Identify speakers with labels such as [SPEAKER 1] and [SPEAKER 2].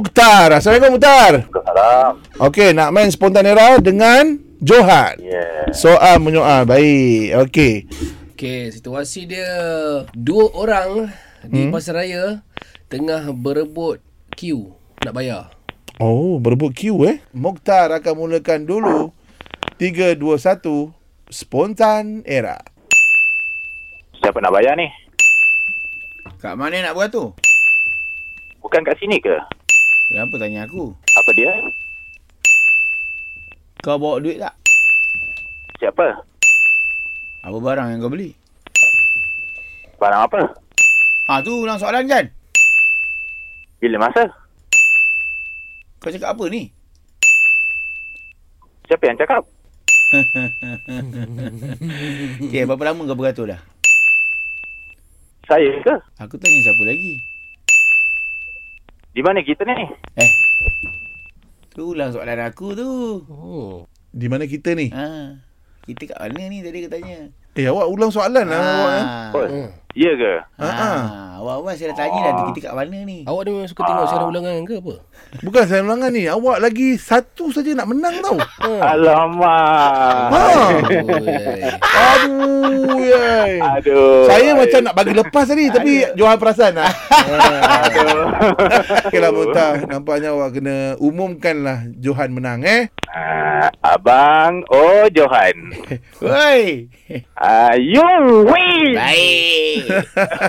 [SPEAKER 1] Mukhtar. Assalamualaikum Mukhtar.
[SPEAKER 2] Salam.
[SPEAKER 1] Okey, nak main spontanera dengan Johan.
[SPEAKER 2] Yeah.
[SPEAKER 1] Soal menyoal. Baik. Okey.
[SPEAKER 3] Okey, situasi dia dua orang di hmm. pasaraya tengah berebut queue nak bayar.
[SPEAKER 1] Oh, berebut queue eh. Mukhtar akan mulakan dulu. 3 2 1 spontan era.
[SPEAKER 2] Siapa nak bayar ni?
[SPEAKER 4] Kat mana nak buat tu?
[SPEAKER 2] Bukan kat sini ke?
[SPEAKER 4] Kenapa tanya aku?
[SPEAKER 2] Apa dia?
[SPEAKER 4] Kau bawa duit tak?
[SPEAKER 2] Siapa?
[SPEAKER 4] Apa barang yang kau beli?
[SPEAKER 2] Barang apa?
[SPEAKER 4] Ha tu ulang soalan kan?
[SPEAKER 2] Bila masa?
[SPEAKER 4] Kau cakap apa ni?
[SPEAKER 2] Siapa yang cakap?
[SPEAKER 4] Okay, berapa lama kau beratur dah?
[SPEAKER 2] Saya ke?
[SPEAKER 4] Aku tanya siapa lagi?
[SPEAKER 2] Di mana kita ni?
[SPEAKER 4] Eh. Tu ulang soalan aku tu.
[SPEAKER 3] Oh.
[SPEAKER 1] Di mana kita ni?
[SPEAKER 4] Ha. Kita kat mana ni tadi kau tanya?
[SPEAKER 1] Eh, awak ulang soalan lah awak. eh.
[SPEAKER 2] Oh,
[SPEAKER 4] Ha.
[SPEAKER 2] ya ke?
[SPEAKER 4] Ha. Awal-awal saya dah tanya dah tu kita kat mana ni?
[SPEAKER 3] Awak ni memang suka tengok siaran ulangan ke apa?
[SPEAKER 1] Bukan saya ulangan ni. Awak lagi satu saja nak menang tau.
[SPEAKER 3] Ha.
[SPEAKER 2] Alamak.
[SPEAKER 1] Ha.
[SPEAKER 3] Ah. Oh, Oi.
[SPEAKER 1] Aduh, yai.
[SPEAKER 2] Ah, Aduh.
[SPEAKER 1] Saya macam
[SPEAKER 2] ya.
[SPEAKER 1] nak bagi lepas tadi tapi Johan perasan lah.
[SPEAKER 2] Aduh.
[SPEAKER 1] Okey lah Mukhtar. Nampaknya awak kena umumkanlah Johan menang eh.
[SPEAKER 2] Ah, Abang Oh Johan. Ah,
[SPEAKER 4] Woi.
[SPEAKER 2] Ayo weh.
[SPEAKER 4] Baik.